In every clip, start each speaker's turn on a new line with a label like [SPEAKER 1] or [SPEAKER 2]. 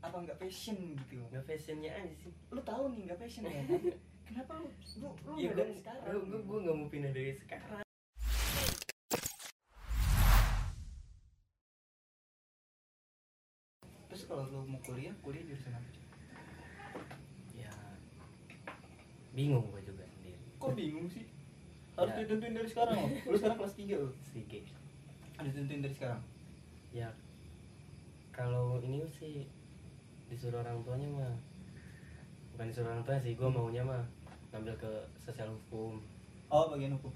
[SPEAKER 1] apa nggak passion gitu
[SPEAKER 2] nggak fashionnya aja sih
[SPEAKER 1] lu tahu nih nggak passion ya kan? kenapa lu lu lu
[SPEAKER 2] ya
[SPEAKER 1] Oh, nggak
[SPEAKER 2] gue
[SPEAKER 1] dari sekarang
[SPEAKER 2] gue gue nggak mau pindah dari sekarang
[SPEAKER 1] terus kalau lu mau kuliah kuliah jurusan apa
[SPEAKER 2] ya bingung gue juga sendiri
[SPEAKER 1] kok bingung sih harus
[SPEAKER 2] Ya.
[SPEAKER 1] ditentuin dari sekarang loh lu sekarang kelas 3 loh
[SPEAKER 2] sedikit
[SPEAKER 1] harus ditentuin dari sekarang
[SPEAKER 2] ya kalau ini sih disuruh orang tuanya mah bukan disuruh orang tua sih gue maunya mah ngambil ke sosial hukum
[SPEAKER 1] oh bagian hukum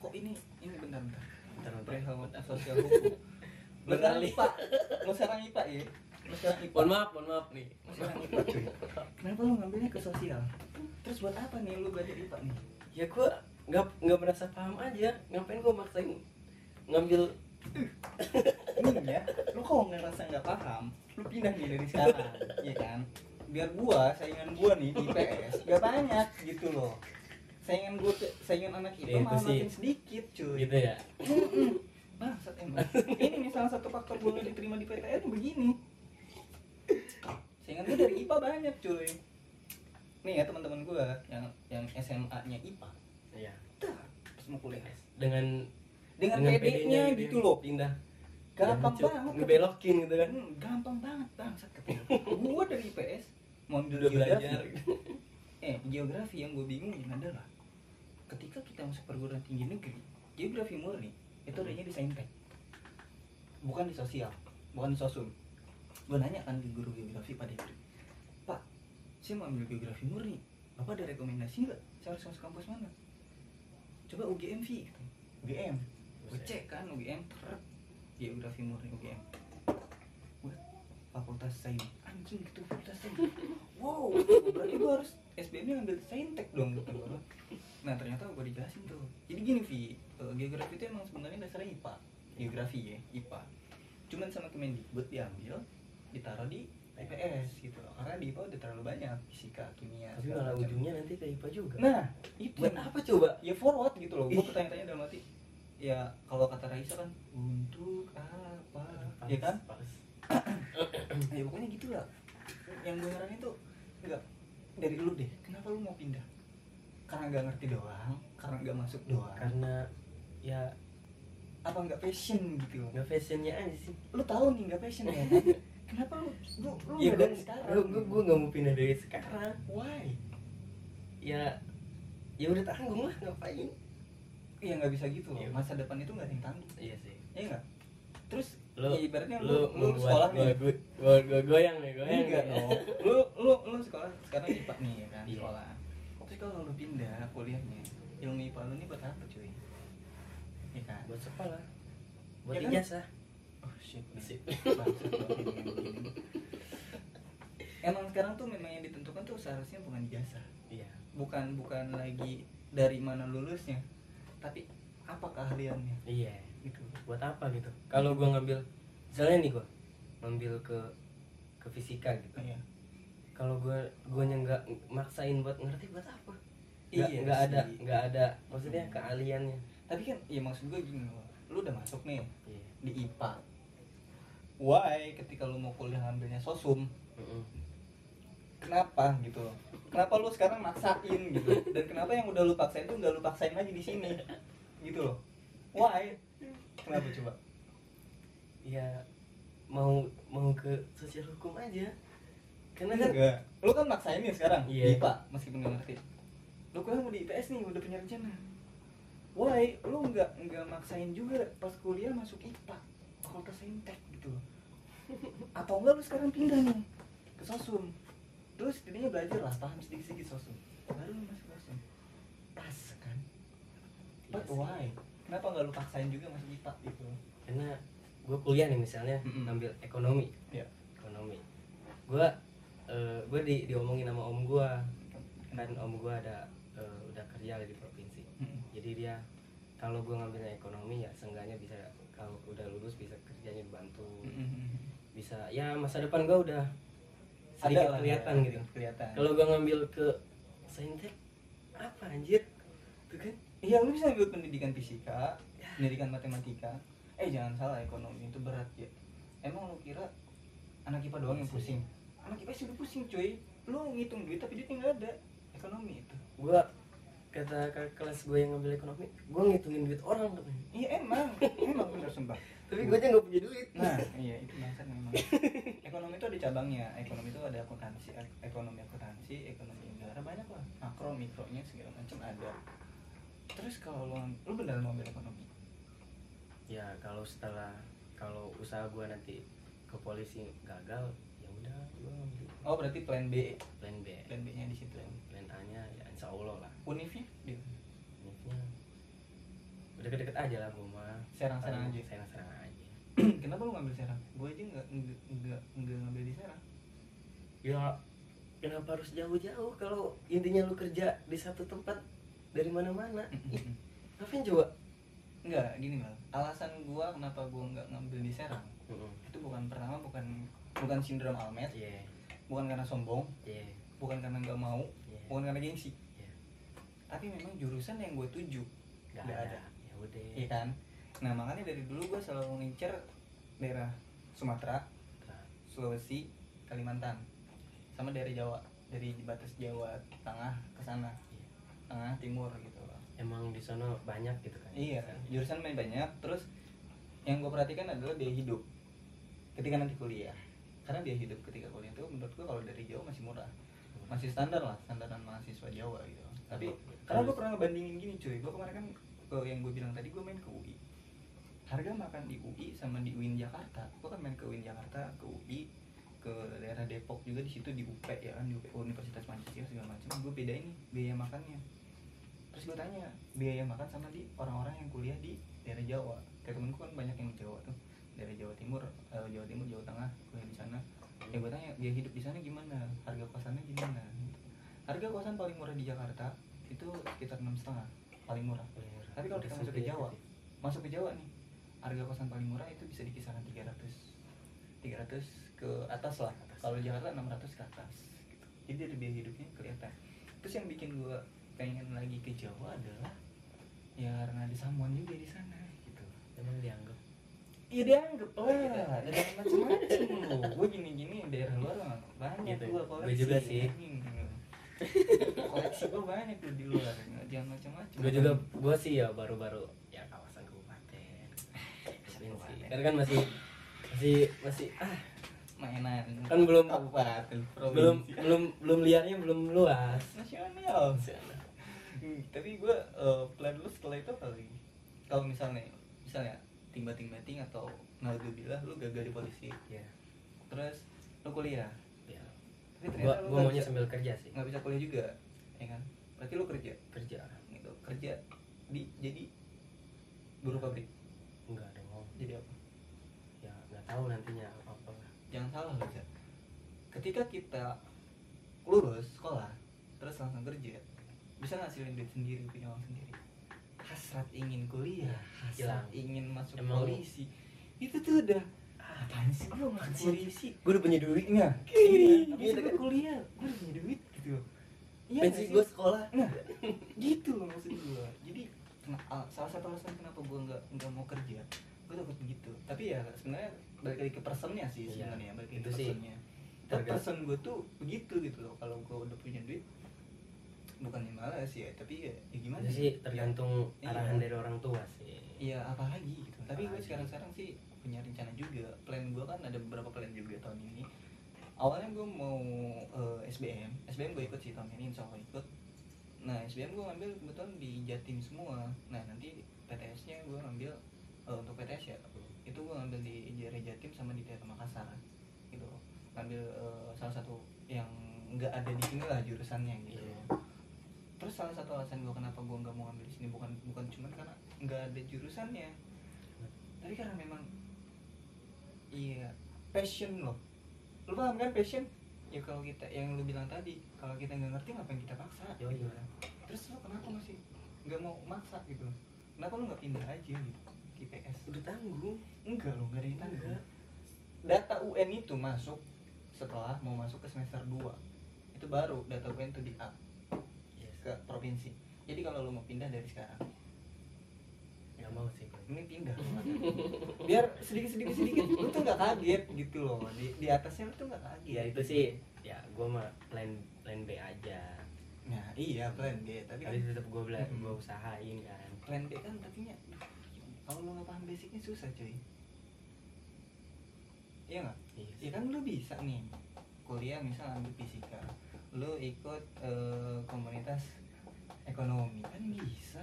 [SPEAKER 1] kok ini ini bentar bentar
[SPEAKER 2] Bentar, bentar.
[SPEAKER 1] perihal sosial hukum lu sekarang
[SPEAKER 2] Bentar, Li.
[SPEAKER 1] ipa lu sekarang ipa ya lu sekarang ipa
[SPEAKER 2] mohon maaf mohon maaf nih
[SPEAKER 1] Lu sekarang IPA, cuy. Kenapa lu ngambilnya ke sosial? Terus buat apa nih lu belajar IPA nih?
[SPEAKER 2] ya gue nggak nggak merasa paham aja ngapain gue maksain ngambil
[SPEAKER 1] Ini ya, lu kok ngerasa nggak paham? Lu pindah nih dari sekarang, ya kan? Biar gua saingan gua nih di IPS gak banyak gitu loh. Saingan gua, tuh- saingan anak IPA
[SPEAKER 2] Ya, itu
[SPEAKER 1] malah
[SPEAKER 2] sih.
[SPEAKER 1] makin sedikit cuy.
[SPEAKER 2] gitu ya
[SPEAKER 1] Bangsat emang. Ini nih salah satu faktor gua nggak diterima di PTN begini. Saingan gua dari IPA banyak cuy. Nih ya teman-teman gua yang yang SMA-nya IPA.
[SPEAKER 2] Iya.
[SPEAKER 1] Dah, Terus mau kuliah
[SPEAKER 2] dengan
[SPEAKER 1] dengan,
[SPEAKER 2] PD-nya
[SPEAKER 1] PD-nya
[SPEAKER 2] dia
[SPEAKER 1] gitu loh
[SPEAKER 2] pindah
[SPEAKER 1] gampang
[SPEAKER 2] Ya, cu-
[SPEAKER 1] banget
[SPEAKER 2] ngebelokin gitu kan
[SPEAKER 1] Hmm, gampang banget bangsat katanya gua dari IPS mau ambil
[SPEAKER 2] udah belajar
[SPEAKER 1] geografi eh geografi yang gue bingungin adalah ketika kita masuk perguruan tinggi negeri geografi murni itu adanya di saintek bukan di sosial bukan di sosum gue nanya kan ke guru geografi pada itu pak saya mau ambil geografi murni bapak ada rekomendasi nggak saya harus masuk kampus mana coba UGM Vi katanya. UGM gue cek kan UGM ter geografi murni UGM gue fakultas sains anjing itu fakultas sains wow berarti gue harus SBM nya ngambil saintek dong gitu loh. nah ternyata gue dijelasin tuh jadi gini Vi eh, geografi itu emang sebenarnya dasarnya IPA geografi ya IPA cuman sama Kemendikbud diambil ditaruh di IPS gitu loh karena di IPA udah terlalu banyak fisika kimia
[SPEAKER 2] tapi
[SPEAKER 1] segala
[SPEAKER 2] malah
[SPEAKER 1] macam.
[SPEAKER 2] ujungnya nanti ke IPA juga
[SPEAKER 1] nah itu
[SPEAKER 2] buat apa coba
[SPEAKER 1] ya forward gitu loh gue
[SPEAKER 2] Ih.
[SPEAKER 1] pertanyaannya dalam hati ya kalau kata Raisa kan untuk apa ya kan
[SPEAKER 2] Pas. Nah,
[SPEAKER 1] ya pokoknya gitu lah yang gue ngarahin tuh enggak dari lu deh kenapa lu mau pindah karena nggak ngerti doang karena nggak masuk doang
[SPEAKER 2] karena ya
[SPEAKER 1] apa nggak passion gitu
[SPEAKER 2] nggak fashionnya aja sih
[SPEAKER 1] lu tahu nih nggak passion ya kan? kenapa lu lu lu
[SPEAKER 2] ya
[SPEAKER 1] nggak
[SPEAKER 2] gue
[SPEAKER 1] dari sekarang
[SPEAKER 2] gue gue nggak mau pindah dari sekarang
[SPEAKER 1] why
[SPEAKER 2] ya ya udah tanggung lah ngapain
[SPEAKER 1] ya nggak bisa gitu loh
[SPEAKER 2] Iya.
[SPEAKER 1] masa depan itu nggak ada yang tanggung
[SPEAKER 2] iya sih
[SPEAKER 1] ya nggak terus
[SPEAKER 2] Lu-
[SPEAKER 1] ya ibaratnya
[SPEAKER 2] lu
[SPEAKER 1] lu, lu
[SPEAKER 2] membuat
[SPEAKER 1] sekolah
[SPEAKER 2] gua,
[SPEAKER 1] nih Oh.
[SPEAKER 2] gue gue gue goyang nih goyang
[SPEAKER 1] enggak
[SPEAKER 2] nih.
[SPEAKER 1] dong Iya. lu lu lu sekolah sekarang IPA nih ya kan
[SPEAKER 2] Iya.
[SPEAKER 1] sekolah terus kalau lu pindah kuliahnya ilmu IPA lu ini buat apa cuy ya kan
[SPEAKER 2] buat sekolah buat
[SPEAKER 1] Ya kan?
[SPEAKER 2] ijazah
[SPEAKER 1] oh shit man.
[SPEAKER 2] Sip.
[SPEAKER 1] Bangsat banget ini yang begini. emang sekarang tuh memang yang ditentukan tuh seharusnya bukan ijazah
[SPEAKER 2] iya
[SPEAKER 1] bukan bukan lagi dari mana lulusnya tapi apa keahliannya
[SPEAKER 2] iya
[SPEAKER 1] gitu
[SPEAKER 2] buat apa gitu kalau gue ngambil misalnya nih gue ngambil ke ke fisika gitu
[SPEAKER 1] Iya.
[SPEAKER 2] kalau gue gue nggak maksain buat ngerti buat apa Hmm. nggak
[SPEAKER 1] Iya
[SPEAKER 2] nggak ada
[SPEAKER 1] sih.
[SPEAKER 2] nggak ada maksudnya keahliannya
[SPEAKER 1] tapi kan ya maksud gue gini loh lu udah masuk nih
[SPEAKER 2] iya
[SPEAKER 1] di IPA why ketika lu mau kuliah ngambilnya sosum
[SPEAKER 2] Mm-mm.
[SPEAKER 1] kenapa gitu loh kenapa lu sekarang maksain gitu dan kenapa yang udah lu paksain tuh nggak lu paksain lagi di sini gitu loh why kenapa coba
[SPEAKER 2] ya mau mau ke sosial hukum aja karena kan
[SPEAKER 1] enggak lu kan maksain nih sekarang
[SPEAKER 2] Iya.
[SPEAKER 1] di IPA meskipun nggak ngerti lu kuliah mau di IPS nih udah punya rencana why lu nggak nggak maksain juga pas kuliah masuk IPA fakultas saintek gitu loh atau enggak lu sekarang pindah nih ke sosum lu setidaknya belajar lah paham sedikit sedikit sosum baru lu masuk sosum pas kan but
[SPEAKER 2] Iya sih.
[SPEAKER 1] why kenapa nggak lu paksain juga masuk IPA gitu
[SPEAKER 2] karena gue kuliah nih misalnya
[SPEAKER 1] Mm-mm.
[SPEAKER 2] ngambil ekonomi
[SPEAKER 1] Iya.
[SPEAKER 2] ekonomi gue gue di diomongin sama om gue kan om gue ada eh, udah kerja di provinsi jadi dia kalau gue ngambilnya ekonomi ya seenggaknya bisa kalau udah lulus bisa kerjanya dibantu bisa ya masa depan gue udah sedikit
[SPEAKER 1] lah,
[SPEAKER 2] kelihatan
[SPEAKER 1] ya,
[SPEAKER 2] gitu
[SPEAKER 1] kelihatan
[SPEAKER 2] kalau gue ngambil ke saintek apa anjir tuh kan
[SPEAKER 1] Iya, lu bisa ambil pendidikan fisika, pendidikan matematika.
[SPEAKER 2] Iya
[SPEAKER 1] Eh, jangan salah ekonomi itu berat ya. Emang lu kira anak IPA doang yang pusing? anak IPS udah pusing cuy lu ngitung duit tapi duitnya nggak ada ekonomi itu
[SPEAKER 2] gue kata kakak kelas gue yang ngambil ekonomi gue ngitungin duit orang katanya
[SPEAKER 1] iya emang emang bener sumpah
[SPEAKER 2] tapi gue aja nggak punya duit
[SPEAKER 1] nah iya itu bangsat memang ekonomi itu ada cabangnya ekonomi itu ada akuntansi ek- ekonomi akuntansi ekonomi negara banyak lah makro mikronya segala macam ada terus kalau lu, lu bener mau ambil ekonomi
[SPEAKER 2] ya kalau setelah kalau usaha gue nanti ke polisi gagal ya udah gue ngambil
[SPEAKER 1] oh berarti plan B
[SPEAKER 2] plan B
[SPEAKER 1] plan B nya di situ
[SPEAKER 2] plan, plan A nya ya insya Allah lah
[SPEAKER 1] univnya di
[SPEAKER 2] Maksudnya, udah deket-deket aja lah gue mah
[SPEAKER 1] Serang-serang aja.
[SPEAKER 2] serang-serang aja
[SPEAKER 1] kenapa lu ngambil Serang gue aja nggak nggak- nggak nggak ngambil di Serang
[SPEAKER 2] ya kenapa harus jauh-jauh kalau intinya lu kerja di satu tempat dari mana-mana Ih, ngapain coba
[SPEAKER 1] nggak gini mal alasan gue kenapa gue nggak ngambil di Serang itu bukan pertama bukan bukan sindrom Almet
[SPEAKER 2] iya
[SPEAKER 1] bukan karena sombong
[SPEAKER 2] iya
[SPEAKER 1] bukan karena nggak mau
[SPEAKER 2] iya
[SPEAKER 1] bukan karena gengsi
[SPEAKER 2] Iya.
[SPEAKER 1] tapi memang jurusan yang gue tuju
[SPEAKER 2] nggak
[SPEAKER 1] nggak
[SPEAKER 2] ada ya udah
[SPEAKER 1] iya kan nah makanya dari dulu gue selalu ngincer daerah Sumatera
[SPEAKER 2] Tra-
[SPEAKER 1] Sulawesi Kalimantan sama daerah Jawa dari batas Jawa Tengah ke sana
[SPEAKER 2] Iya.
[SPEAKER 1] tengah timur gitu loh
[SPEAKER 2] emang di sana banyak gitu kan
[SPEAKER 1] Iya, jurusan main banyak. Terus yang gue perhatikan adalah biaya hidup ketika nanti kuliah. Karena biaya hidup ketika kuliah itu menurut gue kalau dari Jawa masih murah, masih standar lah, standaran mahasiswa Jawa gitu. Tapi karena gue pernah ngebandingin gini cuy, gue kemarin kan ke yang gue bilang tadi gue main ke UI. Harga makan di UI sama di UIN Jakarta, gue kan main ke UIN Jakarta, ke UI, ke daerah Depok juga di situ di UP ya kan di UP, Universitas Pancasila segala macam. Gue bedain nih biaya makannya terus gue tanya biaya makan sama di orang-orang yang kuliah di daerah Jawa kayak temenku kan banyak yang Jawa tuh dari Jawa Timur eh, Jawa Timur Jawa Tengah kuliah di sana ya gue tanya biaya hidup di sana gimana harga kosannya gimana harga kosan paling murah di Jakarta itu sekitar enam setengah paling murah Tapi kalau kita masuk ke Jawa.
[SPEAKER 2] gitu.
[SPEAKER 1] masuk ke Jawa nih harga kosan paling murah itu bisa di kisaran 300 300 ke atas lah
[SPEAKER 2] Atas.
[SPEAKER 1] kalau di Jakarta 600 ke atas gitu. jadi dari biaya hidupnya kelihatan terus yang bikin gue pengen lagi ke Jawa adalah ya karena ada samuan juga di sana gitu
[SPEAKER 2] emang dianggap
[SPEAKER 1] Iya dianggap
[SPEAKER 2] Oh,
[SPEAKER 1] lah,
[SPEAKER 2] gitu.
[SPEAKER 1] ada yang macem-macem lu Gue gini-gini daerah luar mah banyak
[SPEAKER 2] Gitu ya.
[SPEAKER 1] gua
[SPEAKER 2] Gua
[SPEAKER 1] koleksi
[SPEAKER 2] juga sih.
[SPEAKER 1] anjing. gitu. Koleksi gue banyak tuh di luar, jangan macam-macam
[SPEAKER 2] gue juga gue sih ya baru-baru ya kawasan kabupaten provinsi
[SPEAKER 1] kabupaten.
[SPEAKER 2] karena kan masih masih masih ah
[SPEAKER 1] Mainan
[SPEAKER 2] Kan belum-
[SPEAKER 1] Kabupaten, provinsi
[SPEAKER 2] belum belum belum liarnya belum luas
[SPEAKER 1] Nasional Hmm, Tapi gue plan lu setelah itu kali Kalau misalnya, misalnya timba-timbating atau Naudzubillah lu gagal di polisi
[SPEAKER 2] ya
[SPEAKER 1] Terus lu kuliah
[SPEAKER 2] ya
[SPEAKER 1] Tapi
[SPEAKER 2] gue
[SPEAKER 1] ternyata lu
[SPEAKER 2] gue
[SPEAKER 1] nggak
[SPEAKER 2] maunya
[SPEAKER 1] bisa-
[SPEAKER 2] sambil kerja sih
[SPEAKER 1] nggak bisa kuliah juga ya kan berarti lu kerja
[SPEAKER 2] kerja
[SPEAKER 1] gitu kerja di jadi buruh pabrik
[SPEAKER 2] enggak ada mau
[SPEAKER 1] jadi apa
[SPEAKER 2] ya nggak tahu nantinya apa apa
[SPEAKER 1] jangan salah lu Cak. ketika kita lulus sekolah terus langsung kerja bisa ngasilin duit sendiri punya uang sendiri hasrat ingin kuliah hasrat
[SPEAKER 2] Hilang.
[SPEAKER 1] ingin masuk
[SPEAKER 2] Emang-
[SPEAKER 1] polisi itu tuh udah ah, apaan sih gue masuk
[SPEAKER 2] Anjing.
[SPEAKER 1] polisi
[SPEAKER 2] gue udah punya duitnya
[SPEAKER 1] Iya, tapi
[SPEAKER 2] Iya,
[SPEAKER 1] gue kuliah gue udah punya duit gitu Iya nggak
[SPEAKER 2] pensi
[SPEAKER 1] sih?
[SPEAKER 2] gue sekolah
[SPEAKER 1] nah gitu loh maksud gue jadi kena- ah, salah satu alasan kenapa gue nggak nggak mau kerja gue takut begitu tapi ya sebenarnya balik lagi ke personnya sih
[SPEAKER 2] Iya,
[SPEAKER 1] sebenarnya balik lagi
[SPEAKER 2] itu
[SPEAKER 1] ke
[SPEAKER 2] sih.
[SPEAKER 1] personnya tapi
[SPEAKER 2] Tergantung.
[SPEAKER 1] person gue tuh begitu gitu loh kalau gue udah punya duit bukannya malas ya tapi ya, ya gimana
[SPEAKER 2] itu sih tergantung
[SPEAKER 1] Iya.
[SPEAKER 2] arahan dari orang tua sih
[SPEAKER 1] ya apalagi gitu tapi gue
[SPEAKER 2] Apalagi.
[SPEAKER 1] sekarang sekarang sih punya rencana juga plan gue kan ada beberapa plan juga tahun ini awalnya gue mau eh, SBM SBM gue ikut sih tahun ini insya Allah ikut nah SBM gue ngambil kebetulan di Jatim semua nah nanti PTS nya gue ngambil eh, untuk PTS ya itu gue ngambil di daerah Jatim sama di daerah Makassar gitu ngambil eh, salah satu yang nggak ada di sini lah jurusannya gitu
[SPEAKER 2] Iya.
[SPEAKER 1] terus salah satu alasan gue kenapa gue nggak mau ngambil di sini bukan bukan cuman karena nggak ada jurusannya tapi karena memang iya passion loh lu paham kan passion ya kalau kita yang lu bilang tadi kalau kita nggak ngerti ngapain kita paksa
[SPEAKER 2] Yo,
[SPEAKER 1] gitu
[SPEAKER 2] yo.
[SPEAKER 1] kan. terus lu kenapa masih nggak mau maksa gitu kenapa lu nggak pindah aja gitu ke IPS
[SPEAKER 2] udah tanggung
[SPEAKER 1] enggak lo enggak ada yang Iya, tanggung. data UN itu masuk setelah mau masuk ke semester 2 itu baru data UN itu di up
[SPEAKER 2] Yes.
[SPEAKER 1] ke provinsi jadi kalau lo mau pindah dari sekarang ya
[SPEAKER 2] nggak mau sih gue
[SPEAKER 1] ini pindah biar sedikit sedikit sedikit lu tuh nggak kaget gitu loh di, di atasnya lu tuh nggak
[SPEAKER 2] ya
[SPEAKER 1] kaget
[SPEAKER 2] itu sih ya gue mah plan plan B aja
[SPEAKER 1] nah iya plan B tapi kan
[SPEAKER 2] tapi tetap gue bela
[SPEAKER 1] Mm.
[SPEAKER 2] gue usahain kan
[SPEAKER 1] plan B kan tapinya aduh, kalau lu nggak paham basicnya susah cuy iya nggak
[SPEAKER 2] Iya
[SPEAKER 1] ya
[SPEAKER 2] sih.
[SPEAKER 1] kan lu bisa nih kuliah misal ambil fisika lu ikut eh, komunitas ekonomi kan bisa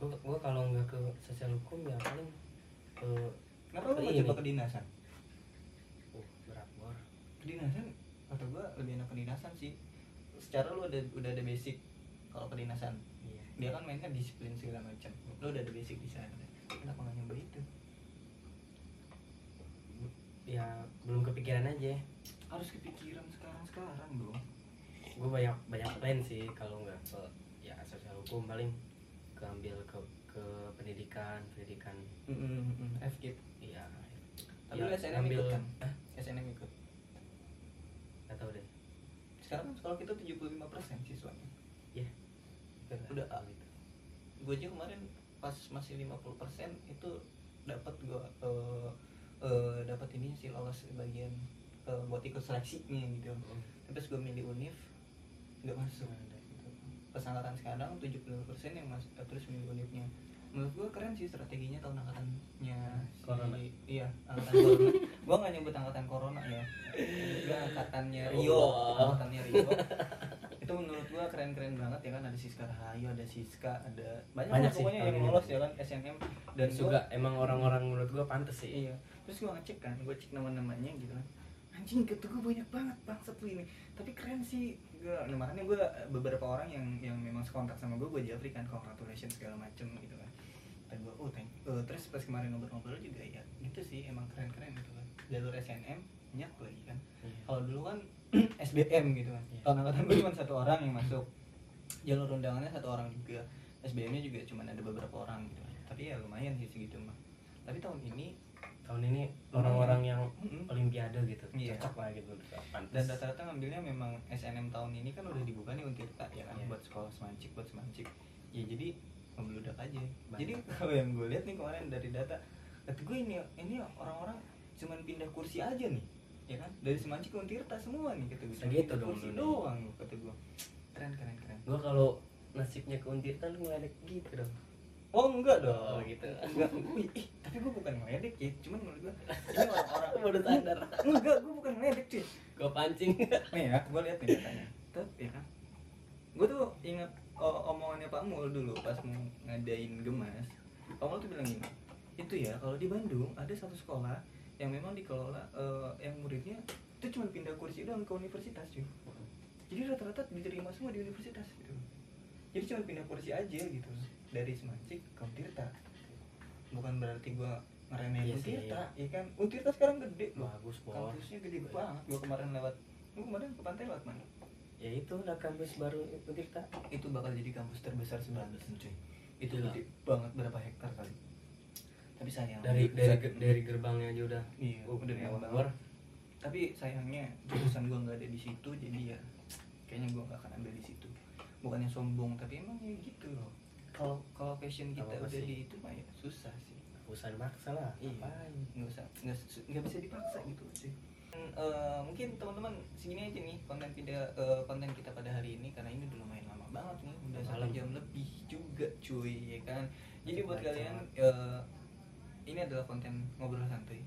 [SPEAKER 2] gue gue kalau nggak ke sosial hukum ya paling ke
[SPEAKER 1] kenapa lu nggak
[SPEAKER 2] Ini.
[SPEAKER 1] coba kedinasan
[SPEAKER 2] uh, berat bor
[SPEAKER 1] kedinasan kata gua lebih enak kedinasan sih secara lu udah udah ada basic kalau kedinasan
[SPEAKER 2] iya
[SPEAKER 1] dia kan mainnya disiplin segala macam lu udah ada basic di sana kenapa nggak nyoba itu
[SPEAKER 2] ya belum kepikiran aja
[SPEAKER 1] harus kepikiran sekarang sekarang dong
[SPEAKER 2] gue banyak banyak plan sih kalau nggak ke ya sosial hukum paling ke ambil ke ke pendidikan pendidikan
[SPEAKER 1] FKIP
[SPEAKER 2] iya
[SPEAKER 1] tapi lu SNM ikut kan SNM ikut
[SPEAKER 2] nggak tahu deh
[SPEAKER 1] sekarang kan sekolah kita 75% siswanya Udah, ah.
[SPEAKER 2] gitu
[SPEAKER 1] gue aja kemarin pas masih 50% itu dapat gue eh eh, dapat ini sih lolos bagian eh, buat ikut seleksinya gitu terus gue milih univ nggak masuk pas angkatan sekarang 75% yang masuk eh, terus milih univnya menurut gue keren sih strateginya tahun angkatannya si-
[SPEAKER 2] Corona.
[SPEAKER 1] iya angkatan corona gue nggak nyebut angkatan corona ya gue angkatannya Rio
[SPEAKER 2] Allah.
[SPEAKER 1] angkatannya Rio itu menurut gua keren-keren banget ya kan ada Siska Rahayu ada Siska ada banyak, lah
[SPEAKER 2] Banyak sih,
[SPEAKER 1] pokoknya
[SPEAKER 2] tahun
[SPEAKER 1] yang
[SPEAKER 2] ini.
[SPEAKER 1] lolos ya kan SNM dan
[SPEAKER 2] dan juga
[SPEAKER 1] juga
[SPEAKER 2] emang orang-orang menurut gue pantas sih
[SPEAKER 1] iya terus gua ngecek kan gua cek nama-namanya gitu kan anjing gitu gua banyak banget bangsat lu ini tapi keren sih gua nah, makanya gua beberapa orang yang yang memang sekontak sama gua gua japri kan congratulations segala macem gitu kan dan gua oh thank you. Eh, terus pas kemarin ngobrol-ngobrol juga ya gitu sih emang keren-keren gitu kan jalur SNM banyak lagi kan kalau dulu kan SBM gitu kan
[SPEAKER 2] Iya.
[SPEAKER 1] tahun angkatan gue cuma satu orang yang masuk jalur undangannya satu orang juga SBM-nya juga cuma ada beberapa orang gitu kan. tapi ya lumayan sih segitu mah tapi tahun ini
[SPEAKER 2] tahun ini orang-orang yang
[SPEAKER 1] mm-mm.
[SPEAKER 2] olimpiade gitu
[SPEAKER 1] Iya.
[SPEAKER 2] cocok lah gitu pantas
[SPEAKER 1] dan rata-rata ngambilnya memang SNM tahun ini kan udah dibuka nih Untirta ya kan
[SPEAKER 2] Iya.
[SPEAKER 1] buat sekolah semancik buat semancik ya jadi membludak aja
[SPEAKER 2] Banyak.
[SPEAKER 1] jadi kalau yang gue lihat nih kemarin dari data kata gue ini ini orang-orang cuman pindah kursi aja nih ya kan dari semancik ke Untirta semua nih kata gue Cuman
[SPEAKER 2] Segitu
[SPEAKER 1] pindah
[SPEAKER 2] dong
[SPEAKER 1] kursi
[SPEAKER 2] lu nih.
[SPEAKER 1] doang kata gue keren keren keren
[SPEAKER 2] gue kalau nasibnya ke Untirta lu ngeledek gitu dong
[SPEAKER 1] Oh enggak
[SPEAKER 2] Oh,
[SPEAKER 1] dong.
[SPEAKER 2] gitu.
[SPEAKER 1] Enggak. Ih, ih, tapi gue bukan ngeledek ya. Cuman menurut gue ini orang-orang
[SPEAKER 2] Baru sadar.
[SPEAKER 1] Enggak, gue bukan ngeledek cuy.
[SPEAKER 2] gue pancing
[SPEAKER 1] Nih
[SPEAKER 2] Iya,
[SPEAKER 1] ya, gue lihat nih datanya. Tuh, ya kan. Gue tuh ingat o- omongannya Pak Mul dulu pas mau ngadain gemas. Pak Mul tuh bilang gini. Itu ya, kalau di Bandung ada satu sekolah yang memang dikelola eh, yang muridnya itu cuma pindah kursi doang ke universitas cuy. Jadi rata-rata diterima semua di universitas gitu. Jadi cuma pindah kursi aja gitu dari Semancik ke Tirta. Bukan berarti gua ngeremehin
[SPEAKER 2] Iya sih,
[SPEAKER 1] Tirta, ya kan? Tirta sekarang gede loh.
[SPEAKER 2] bagus bor
[SPEAKER 1] Kampusnya gede banget. Gua kemarin lewat Lu kemarin ke pantai lewat mana?
[SPEAKER 2] ya itu udah kampus baru Untirta
[SPEAKER 1] Itu bakal jadi kampus terbesar sebanten cuy. Itu
[SPEAKER 2] Gila.
[SPEAKER 1] gede banget berapa hektar kali. Tapi sayang
[SPEAKER 2] dari dari
[SPEAKER 1] Sayang-
[SPEAKER 2] dari gerbangnya aja udah
[SPEAKER 1] iya,
[SPEAKER 2] uh,
[SPEAKER 1] udah
[SPEAKER 2] mewah
[SPEAKER 1] mewah
[SPEAKER 2] bor
[SPEAKER 1] banget. Tapi sayangnya jurusan gua nggak ada di situ jadi ya kayaknya gua nggak akan ambil di situ. Bukannya sombong tapi emang ya gitu loh. Kalau kalau passion kita
[SPEAKER 2] Apa-apa
[SPEAKER 1] udah
[SPEAKER 2] sih?
[SPEAKER 1] di itu mah ya susah sih.
[SPEAKER 2] urusan maksa lah
[SPEAKER 1] Iya.
[SPEAKER 2] ngapain?
[SPEAKER 1] nggak usah nggak su- nggak bisa dipaksa gitu sih Eh, mungkin teman-teman segini aja nih konten video eh, konten kita pada hari ini karena ini udah lumayan lama banget nih udah satu
[SPEAKER 2] Malam.
[SPEAKER 1] jam lebih juga cuy ya kan jadi buat
[SPEAKER 2] Baca.
[SPEAKER 1] kalian eh, ini adalah konten ngobrol santuy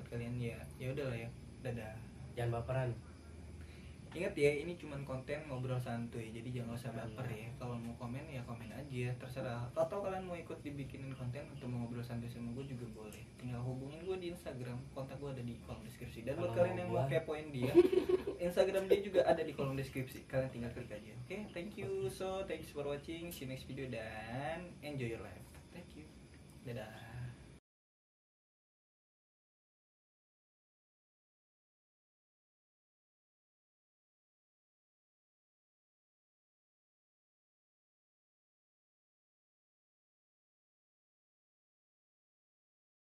[SPEAKER 1] buat kalian ya ya udah lah ya dadah
[SPEAKER 2] jangan baperan
[SPEAKER 1] Ingat ya, ini cuman konten ngobrol santuy, jadi jangan usah baper ya. Kalau mau komen ya komen aja, terserah. Atau kalian mau ikut dibikinin konten atau mau ngobrol santuy sama gue juga boleh. Tinggal hubungin gue di Instagram, kontak gue ada di kolom deskripsi. Dan buat
[SPEAKER 2] Kalau
[SPEAKER 1] kalian
[SPEAKER 2] mau
[SPEAKER 1] yang mau
[SPEAKER 2] gua-
[SPEAKER 1] kepoin dia, Instagram dia juga ada di kolom deskripsi. Kalian tinggal klik aja. Oke, thank you so thanks for watching. See you next video dan enjoy your life. Thank you. Dadah.